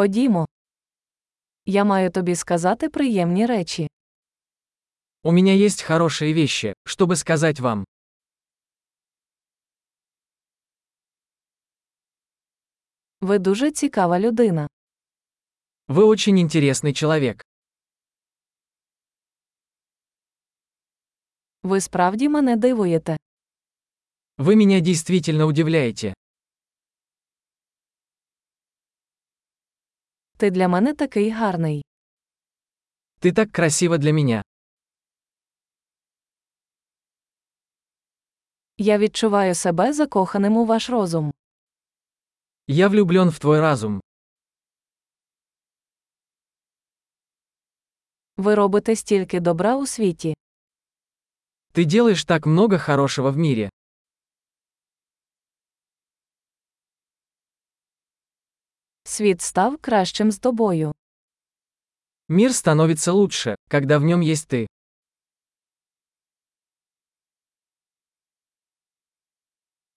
Ходімо. Я маю тобі сказати приємні речі. У меня есть хорошие вещи, чтобы сказать вам. Ви дуже цікава людина. Вы очень интересный человек. Ви справді мене дивуєте. Вы меня действительно удивляете. Ти для мене такий гарний. Ты так красива для меня. Я відчуваю себе закоханим у ваш розум. Я влюблен в твой разум. Ви робите стільки добра у світі. Ты делаешь так много хорошего в мире. Світ став кращим з тобою. Мир становится лучше, когда в нем есть ты.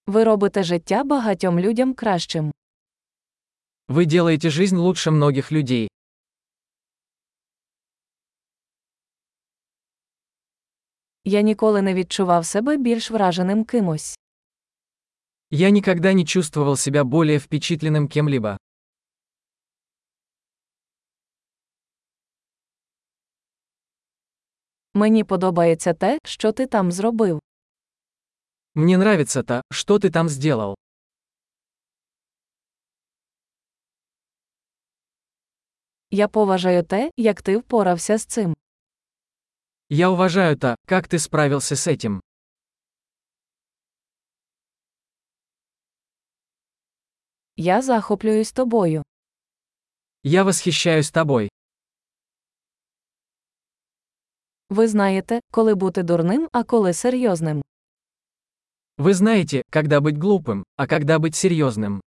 Ви робите життя багатьом людям кращим. Вы делаете жизнь лучше многих людей. Я ніколи не відчував себе більш враженим кимось. Я никогда не чувствовал себя более впечатленным кем-либо. Мені подобається те, що ти там зробив. Мне нравится то, что ты там сделал. Я поважаю те, як ти впорався з цим. Я уважаю то, как ты справился с этим. Я захоплююсь тобою. Я восхищаюсь тобой. Ви знаєте, коли бути дурним, а коли серйозним. Вы знаете, когда быть глупым, а когда быть серьезным.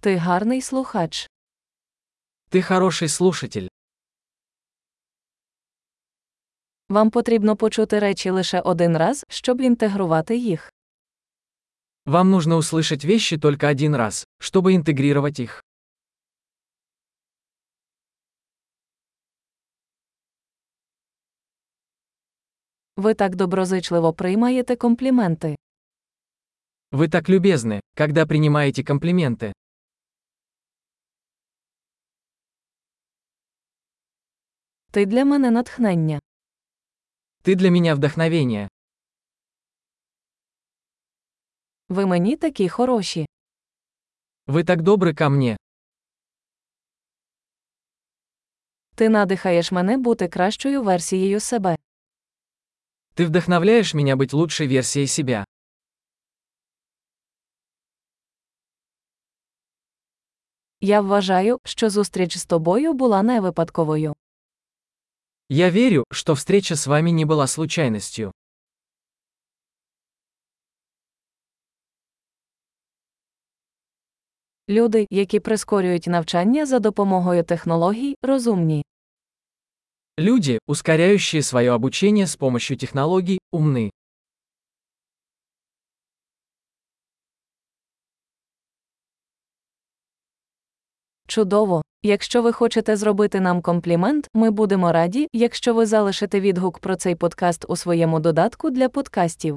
Ти гарний слухач. Ты хороший слушатель. Вам потрібно почути речі лише один раз, щоб інтегрувати їх. Вам нужно услышать вещи только один раз, чтобы интегрировать их. Ви так доброзичливо приймаєте компліменти. Вы так любезны, когда принимаете комплименты. Ти для мене натхнення. Ты для меня вдохновение. Ви мені такі хороші. Вы так добры ко мне. Ти надихаєш мене бути кращою версією себе. Ты вдохновляешь меня быть лучшей версией себя. Я вважаю, що зустріч з тобою була не випадковою. Я верю, что встреча с вами не была случайностью. Люди, які прискорюють навчання за допомогою технологій, розумні. Люди, ускоряющие свое обучение с помощью технологий, умны. Чудово! Якщо ви хочете зробити нам комплімент, ми будемо раді, якщо ви залишите відгук про цей подкаст у своєму додатку для подкастів.